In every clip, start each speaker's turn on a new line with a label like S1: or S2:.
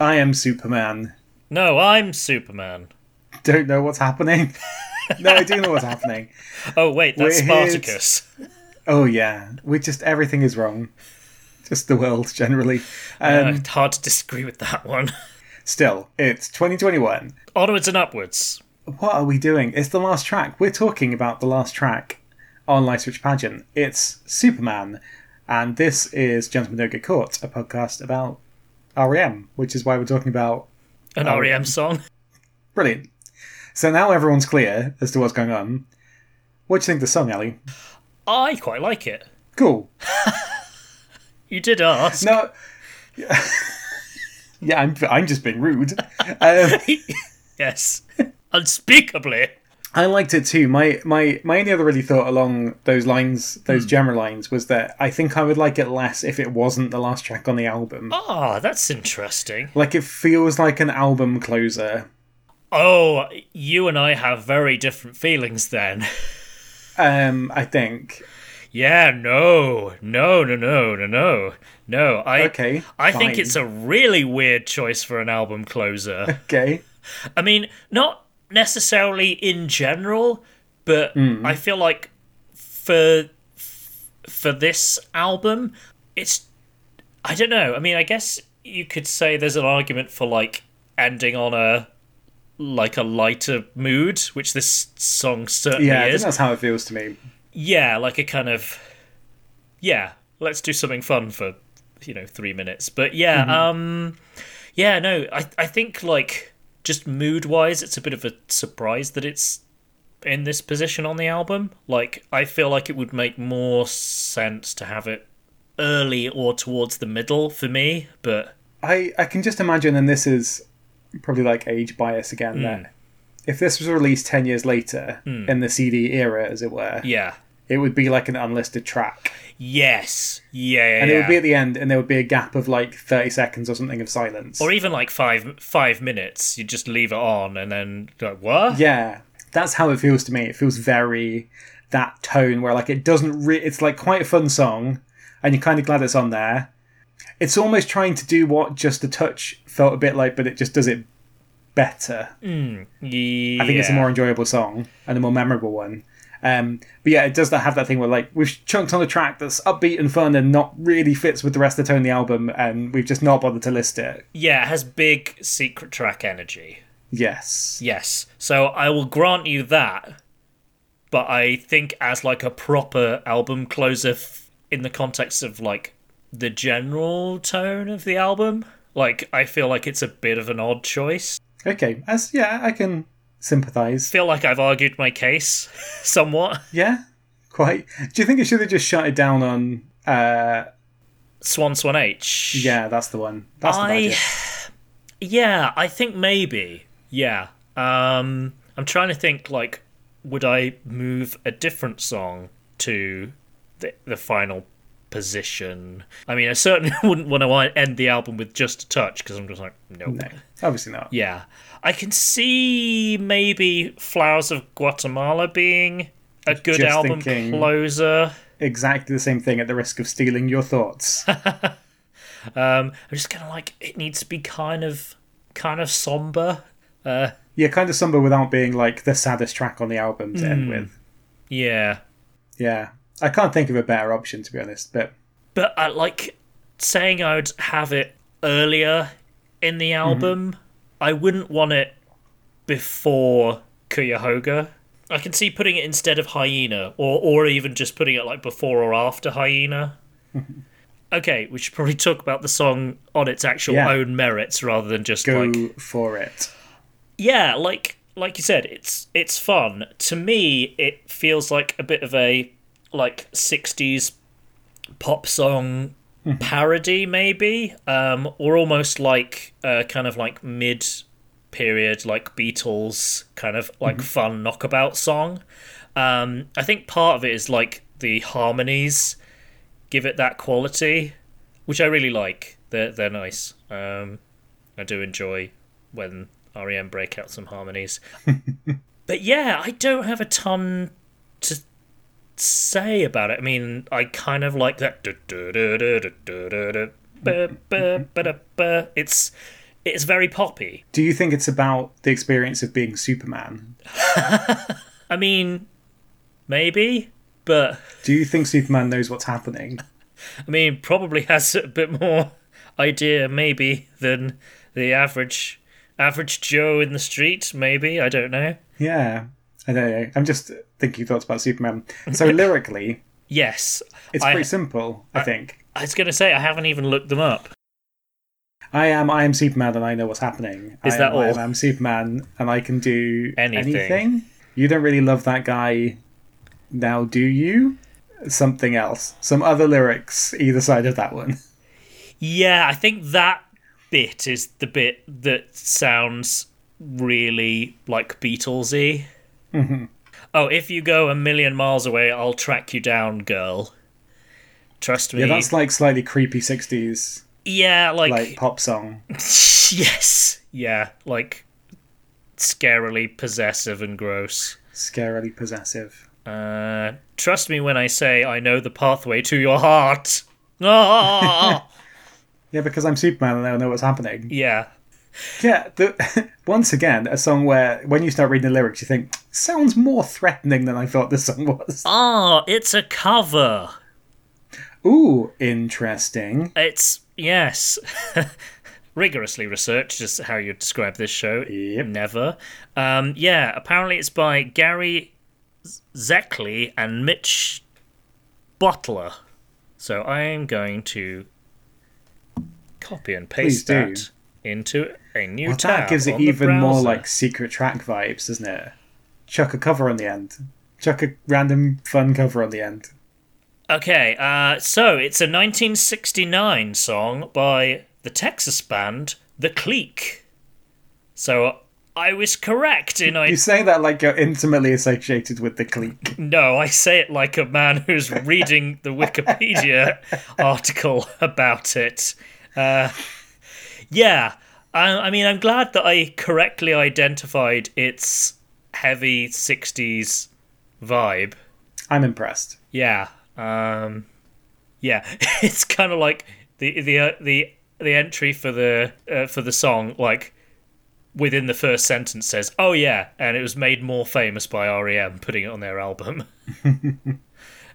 S1: I am Superman.
S2: No, I'm Superman.
S1: Don't know what's happening. no, I do know what's happening.
S2: Oh wait, that's
S1: We're here to-
S2: Spartacus.
S1: Oh yeah, we just everything is wrong. Just the world generally. Um,
S2: Uh, hard to disagree with that one.
S1: Still, it's 2021.
S2: Onwards and upwards.
S1: What are we doing? It's the last track. We're talking about the last track on Light Switch Pageant. It's Superman, and this is Gentlemen Don't Get Caught, a podcast about REM, which is why we're talking about
S2: An
S1: Oh.
S2: REM song.
S1: Brilliant. So now everyone's clear as to what's going on. What do you think of the song, Ali?
S2: I quite like it.
S1: Cool.
S2: You did ask.
S1: No. yeah, I'm, I'm just being rude. Um,
S2: Yes. Unspeakably.
S1: I liked it too. My my my only other really thought along those lines, those
S2: Hmm.
S1: general lines, was that I think I would like it less if it wasn't the last track on the album.
S2: Ah, that's interesting.
S1: Like it feels like an album closer.
S2: Oh, you and I have very different feelings then.
S1: Um, I think.
S2: Yeah, no, no, no, no, no, no, no. I
S1: Okay,
S2: I think
S1: fine.
S2: it's a really weird choice for an album closer.
S1: Okay.
S2: I mean, not necessarily in general, but
S1: Mm.
S2: I feel like for for this album, it's I don't know. I mean, I guess you could say there's an argument for like ending on a like a lighter mood, which this song certainly
S1: Yeah, I think
S2: is.
S1: that's how it feels to me.
S2: Yeah, like a kind of yeah, let's do something fun for you know 3 minutes. But yeah,
S1: Mm-hmm.
S2: um yeah, no, I I think like just mood-wise it's a bit of a surprise that it's in this position on the album. Like I feel like it would make more sense to have it early or towards the middle for me, but
S1: I I can just imagine, and this is probably like age bias again.
S2: Hmm.
S1: There, if this was released ten years later in the CD era, as it were,
S2: yeah.
S1: it would be like an unlisted track.
S2: Yes. Yeah. yeah,
S1: And it
S2: yeah.
S1: would be at the end, and there would be a gap of like 30 seconds or something of silence.
S2: or e- even like 5 5 minutes, you just leave it on and then like what?
S1: yeah, that's how it feels to me. It feels very that tone where like it doesn't re- it's like quite a fun song, and you're kind of glad it's on there. It's almost trying to do what Just a Touch felt a bit like, but it just does it better.
S2: Yeah.
S1: I think it's a more enjoyable song and a more memorable one. Um, but yeah, it does that have that thing where like we've chunked on a track that's upbeat and fun and not really fits with the rest of the tone of the album, and we've just not bothered to list it.
S2: Yeah, it has big secret track energy.
S1: Yes.
S2: Yes. So I will grant you that. But I think as like a proper album closer f- in the context of like the general tone of the album, like I feel like it's a bit of an odd choice.
S1: Okay, as yeah, I can sympathise.
S2: Feel like I've argued my case somewhat.
S1: Yeah, quite. Do you think it should have just shut it down on? Uh,
S2: Swan Swan H.
S1: yeah, that's the one. That's the
S2: I-
S1: budget.
S2: Yeah, I think maybe. Yeah. Um I'm trying to think like would I move a different song to the, the final position? I mean, I certainly wouldn't want to end the album with just a touch because I'm just like, nope.
S1: No, obviously not.
S2: Yeah. I can see maybe Flowers of Guatemala being a good
S1: Just
S2: album
S1: thinking-
S2: closer.
S1: Exactly the same thing at the risk of stealing your thoughts.
S2: Um, I'm just kind of like, it needs to be kind of, kind of somber.
S1: yeah, kind of somber without being like the saddest track on the album to
S2: Hmm.
S1: end with.
S2: Yeah.
S1: Yeah, I can't think of a better option to be honest. But
S2: but I like saying I would have it earlier in the
S1: Mm-hmm.
S2: album. I wouldn't want it before Cuyahoga. I can see putting it instead of Hyena, or or even just putting it like before or after Hyena.
S1: Mm-hmm.
S2: okay, we should probably talk about the song on its actual
S1: Yeah.
S2: own merits rather than just
S1: go
S2: like
S1: for it.
S2: yeah like like you said it's it's fun to me it feels like a bit of a like 60s pop song parody maybe um or almost like uh kind of like mid period like beatles kind of like fun knockabout song um i think part of it is like the harmonies give it that quality which i really like they're they're nice um i do enjoy when REM break out some harmonies. but yeah, I don't have a ton to say about it. I mean, I kind of like that. It's It's very poppy.
S1: Do you think it's about the experience of being Superman?
S2: I mean, maybe, but
S1: Do you think Superman knows what's happening?
S2: I mean, probably has a bit more idea maybe than the average average Joe in the street. Maybe I don't know.
S1: Yeah, I know. I'm just thinking thoughts about Superman. So lyrically,
S2: Yes,
S1: it's
S2: I,
S1: pretty simple, I think.
S2: I was going to say I haven't even looked them up.
S1: I am I am Superman and I know what's happening.
S2: Is
S1: I
S2: that
S1: am, I
S2: all?
S1: am, I am Superman and I can do
S2: Anything.
S1: anything. You don't really love that guy now, do you? Something else. Some other lyrics either side of that one.
S2: Yeah, I think that bit is the bit that sounds really like Beatlesy.
S1: Mm-hmm.
S2: Oh, if you go a million miles away, I'll track you down, girl. Trust me.
S1: Yeah, that's like slightly creepy sixties
S2: Yeah, like,
S1: like pop song.
S2: yes, yeah, like scarily possessive and gross.
S1: Scarily possessive.
S2: Uh, trust me when I say I know the pathway to your heart. Ah,
S1: Yeah, because I'm Superman and I know what's happening.
S2: yeah,
S1: Yeah, the, once again, a song where when you start reading the lyrics, you think sounds more threatening than I thought this song was.
S2: ah, it's a cover.
S1: Ooh, interesting.
S2: It's yes. Rigorously researched, just how you describe this show.
S1: Yep.
S2: Never. Um, yeah, apparently it's by Gary Z- Zeckley and Mitch Bottler. So I am going to copy and
S1: Please
S2: paste
S1: do.
S2: that into a new
S1: Well,
S2: tab.
S1: that gives it
S2: on the
S1: even more
S2: browser.
S1: like secret track vibes, doesn't it? Chuck a cover on the end. Chuck a random fun cover on the end.
S2: Okay, uh, so it's a 1969 song by the Texas band The Clique. So I was correct in I
S1: You say that like you're intimately associated with the clique.
S2: no, I say it like a man who's reading the Wikipedia article about it. Uh, yeah, I, I mean, I'm glad that I correctly identified its heavy 60s vibe.
S1: I'm impressed.
S2: Yeah. Um yeah, it's kind of like the the uh, the the entry for the uh, for the song like within the first sentence says, "Oh yeah," and it was made more famous by REM putting it on their album.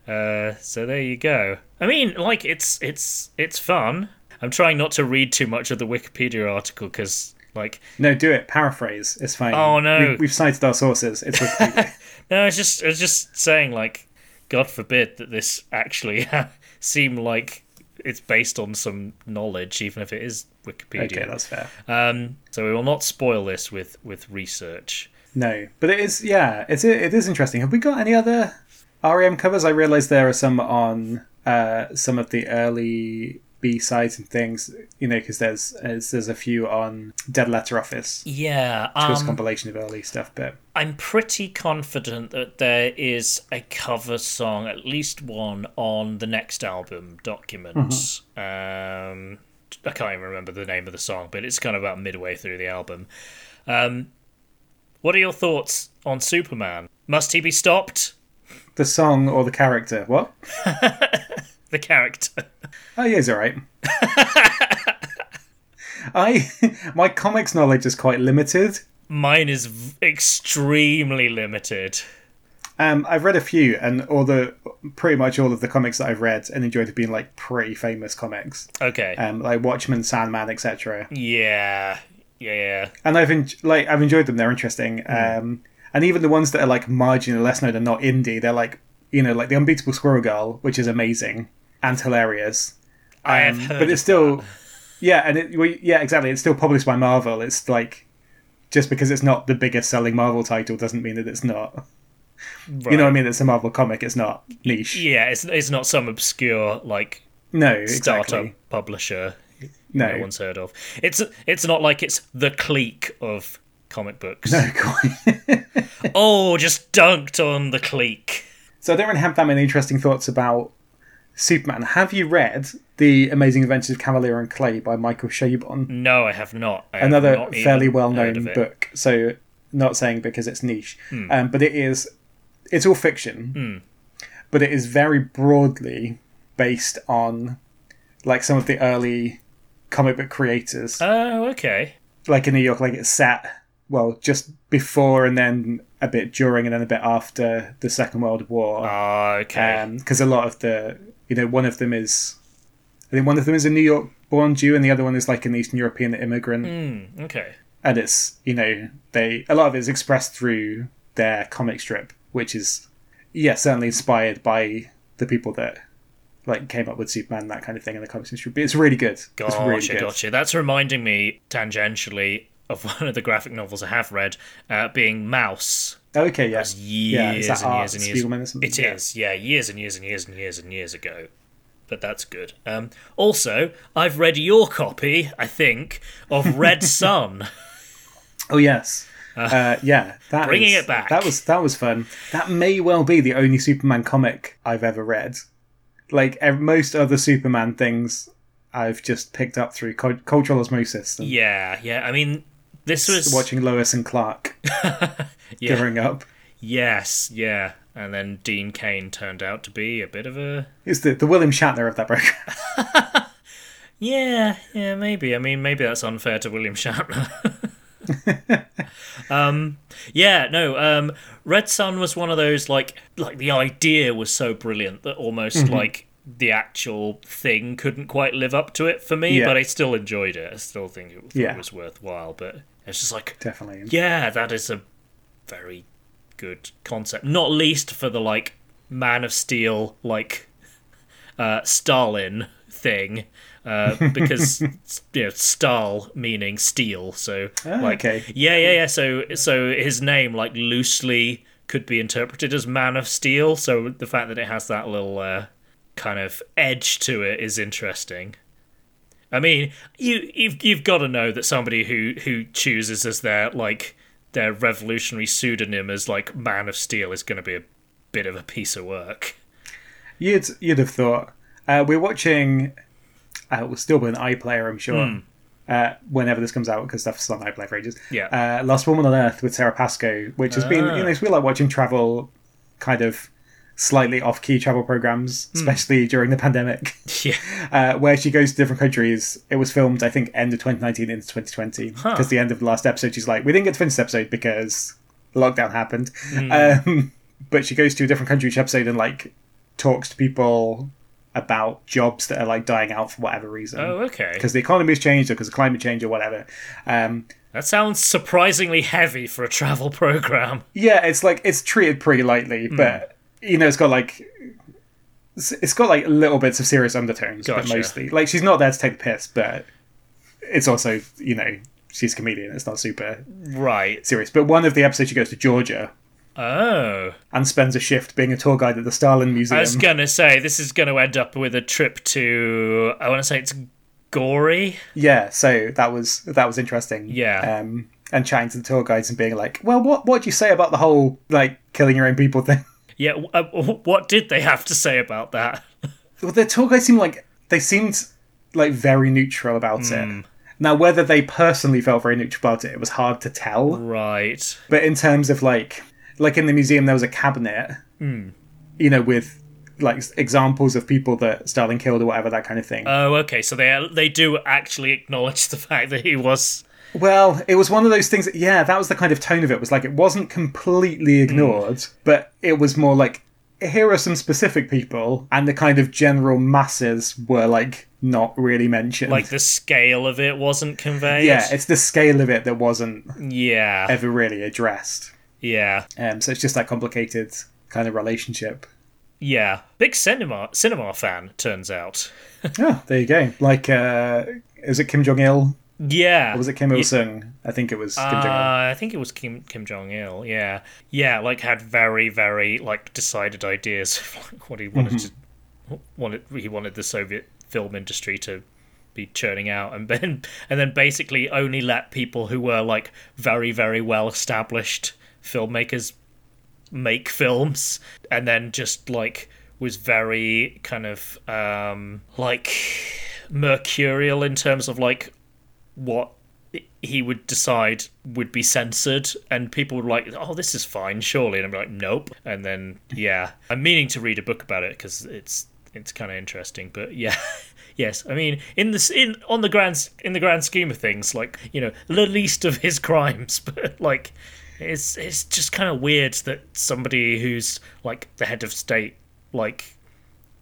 S2: uh so there you go. I mean, like it's it's it's fun. I'm trying not to read too much of the Wikipedia article cuz like
S1: No, do it. Paraphrase. It's fine.
S2: Oh, no.
S1: We, we've cited our sources. It's Wikipedia.
S2: No, I was just I was just saying like, God forbid that this actually seem like it's based on some knowledge, even if it is
S1: okay,
S2: Wikipedia.
S1: that's fair.
S2: um, so we will not spoil this with with research.
S1: No, but it is. Yeah, it's it is interesting. Have we got any other REM covers? I realise there are some on uh, some of the early B sides and things. You know, because there's, there's there's a few on Dead Letter Office.
S2: Yeah,
S1: It was a
S2: um,
S1: compilation of early stuff, but
S2: I'm pretty confident that there is a cover song, at least one, on the next album, Documents.
S1: Mm-hmm.
S2: Um, I can't even remember the name of the song, but it's kind of about midway through the album. Um, what are your thoughts on Superman? Must he be stopped?
S1: the song or the character? What?
S2: The character.
S1: Oh, yeah, he's all right. I my comics knowledge is quite limited.
S2: Mine is v- extremely limited.
S1: Um, I've read a few, and all the pretty much all of the comics that I've read and enjoyed have been like pretty famous comics,
S2: Okay.
S1: um, like Watchmen, Sandman, etc.
S2: yeah. Yeah. Yeah.
S1: and I've en- like I've enjoyed them. They're interesting,
S2: Hmm.
S1: um, and even the ones that are like marginal, less known, and not indie. They're like you know, like the Unbeatable Squirrel Girl, which is amazing and hilarious.
S2: I have
S1: Um,
S2: heard
S1: but
S2: of
S1: it's still yeah, and it well, yeah, exactly. It's still published by Marvel. It's like just because it's not the biggest selling Marvel title doesn't mean that it's not. You know what I mean? It's a Marvel comic. It's not niche.
S2: Yeah. It's it's not some obscure like
S1: No, exactly.
S2: startup publisher
S1: no,
S2: no one's heard of. It's it's not like it's the clique of comic books.
S1: no quite.
S2: Oh, just dunked on the clique.
S1: So I don't really have that many interesting thoughts about Superman. Have you read The Amazing Adventures of Cavalier and Clay by Michael Chabon?
S2: No, I have not. I have
S1: Another
S2: Mm, not even
S1: fairly
S2: heard of
S1: well-known
S2: it. Hmm.
S1: book. So not saying because it's niche, um, but it is. It's all fiction, but it is very broadly based on like some of the early comic book creators.
S2: Oh, okay.
S1: like in New York, like it's set well just before and then a bit during and then a bit after the Second World War.
S2: Ah, okay.
S1: Because a lot of the you know one of them is I think one of them is a New York born Jew and the other one is like an Eastern European immigrant,
S2: Hmm. okay.
S1: and it's you know they a lot of it is expressed through their comic strip, which is yeah certainly inspired by the people that like came up with Superman that kind of thing in the comic industry. But it's really good. it's
S2: Gotcha,
S1: really good.
S2: gotcha. That's reminding me tangentially of one of the graphic novels I have read, uh, being Mouse.
S1: Okay, yeah. yeah,
S2: Years
S1: is that
S2: and
S1: Art
S2: years and years.
S1: Spiegelman or something?
S2: It
S1: Yeah.
S2: is, yeah, years and years and years and years and years ago. But that's good. Um, also, I've read your copy, I think, of Red Sun.
S1: Oh yes. Uh, yeah, that
S2: Bringing
S1: is-
S2: it back.
S1: That was that was fun. That may well be the only Superman comic I've ever read. Like ev- most other Superman things, I've just picked up through cul- cultural osmosis. And
S2: yeah, yeah. I mean, this was
S1: Watching Lois and Clark
S2: Yeah.
S1: growing up.
S2: Yes, yeah. And then Dean Kane turned out to be a bit of a
S1: It's the the William Shatner of that program.
S2: Yeah, yeah, maybe. I mean, maybe that's unfair to William Shatner. um, yeah, no. Um, Red Sun was one of those like, like the idea was so brilliant that almost
S1: Mm-hmm.
S2: like the actual thing couldn't quite live up to it for me.
S1: Yeah.
S2: But I still enjoyed it. I still think it, thought
S1: Yeah.
S2: it was worthwhile. But it's just like,
S1: Definitely.
S2: yeah, that is a very good concept. Not least for the like Man of Steel, like uh, Stalin thing, uh, because you know, Stal meaning steel. So
S1: Ah,
S2: like,
S1: okay.
S2: yeah, yeah, yeah. So so his name like loosely could be interpreted as Man of Steel. So the fact that it has that little uh, kind of edge to it is interesting. I mean, you you've you've got to know that somebody who who chooses as their like their revolutionary pseudonym as like Man of Steel is going to be a bit of a piece of work.
S1: You'd you'd have thought uh, we're watching. Uh, it will still be an iPlayer, I'm sure.
S2: Hmm.
S1: Uh, whenever this comes out, because stuff's on iPlayer for ages.
S2: Yeah. Ah.
S1: Uh, Last Woman on Earth with Sarah Pascoe, which has been you know it's we like watching travel, kind of slightly off-key travel programs, especially during the pandemic,
S2: Hmm. Yeah.
S1: uh, where she goes to different countries. It was filmed, I think, end of 2019 into 2020, because the end of the last episode, she's like, we didn't get to finish this episode because lockdown happened.
S2: Hmm.
S1: Um, but she goes to a different country each episode and like talks to people about jobs that are like dying out for whatever reason.
S2: Oh, okay.
S1: Because the economy has changed, or because of climate change, or whatever. Um,
S2: That sounds surprisingly heavy for a travel program.
S1: yeah, it's like it's treated pretty lightly,
S2: Hmm.
S1: but you know, it's got like it's- it's got like little bits of serious undertones,
S2: Gotcha.
S1: but mostly like she's not there to take the piss, but it's also you know she's a comedian. It's not super
S2: Right.
S1: serious. But one of the episodes, she goes to Georgia
S2: Oh.
S1: and spends a shift being a tour guide at the Stalin Museum.
S2: I was going to say this is going to end up with a trip to I want to say it's Gory.
S1: yeah so that was that was interesting
S2: Yeah.
S1: um and chatting to the tour guides and being like well what what do you say about the whole like killing your own people thing
S2: Yeah, w- uh, w- what did they have to say about that?
S1: well the tour guides seemed like they seemed like very neutral about it now whether they personally felt very neutral about it it was hard to tell
S2: Right.
S1: but in terms of like like in the museum there was a cabinet you know with like s- examples of people that Stalin killed or whatever that kind of thing
S2: Oh, okay. So they they do actually acknowledge the fact that he was.
S1: Well, it was one of those things. That, yeah, that was the kind of tone of it. Was like it wasn't completely
S2: Hmm.
S1: ignored, but it was more like here are some specific people, and the kind of general masses were like not really mentioned.
S2: Like the scale of it wasn't conveyed.
S1: yeah, it's the scale of it that wasn't
S2: yeah,
S1: ever really addressed.
S2: yeah,
S1: Um, so it's just that complicated kind of relationship.
S2: yeah. Big cinema cinema fan turns out.
S1: Oh, there you go. Like, uh, is it Kim Jong Il?
S2: Yeah,
S1: Was it Kim Il Sung? I think it was Kim Jong Il.
S2: Uh, I think it was Kim Kim Jong Il. Yeah, yeah. Like had very very like decided ideas of like what he wanted to wanted he wanted the Soviet film industry to be churning out, and then and then basically only let people who were like very very well established filmmakers make films, and then just like was very kind of um like mercurial in terms of like what he would decide would be censored and people would like oh this is fine surely and i'm like nope and then yeah i'm meaning to read a book about it because it's it's kind of interesting but yeah Yes, I mean in the s- in on the grand s- in the grand scheme of things, like you know, the least of his crimes, but like it's it's just kind of weird that somebody who's like the head of state like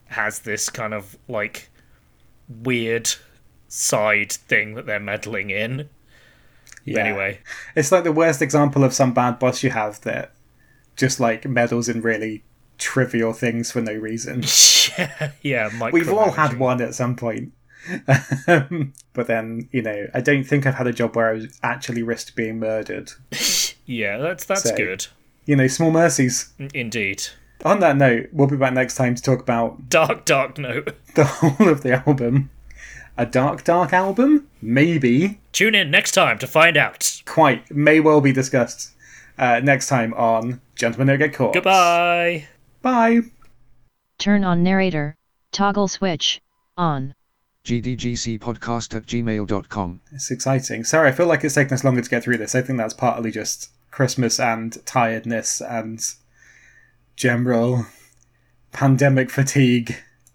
S2: has this kind of like weird side thing that they're meddling in.
S1: Yeah.
S2: Anyway,
S1: It's like the worst example of some bad boss you have that just like meddles in really trivial things for no reason.
S2: yeah, yeah,
S1: We've all had
S2: micromanaging.
S1: one at some point. but then, you know, I don't think I've had a job where I was actually risked being murdered.
S2: Yeah, that's that's
S1: So-
S2: good.
S1: You know, small mercies.
S2: N- Indeed.
S1: On that note, we'll be back next time to talk about
S2: Dark, dark note.
S1: the whole of the album. A dark, dark album? Maybe.
S2: Tune in next time to find out.
S1: Quite. May well be discussed uh, next time on Gentlemen Don't Get Caught.
S2: Goodbye.
S1: Bye.
S3: Turn on narrator, toggle switch, on.
S4: gdgcpodcast at gmail.com.
S1: It's exciting. Sorry, I feel like it's taken us longer to get through this. I think that's partly just Christmas and tiredness and general pandemic fatigue.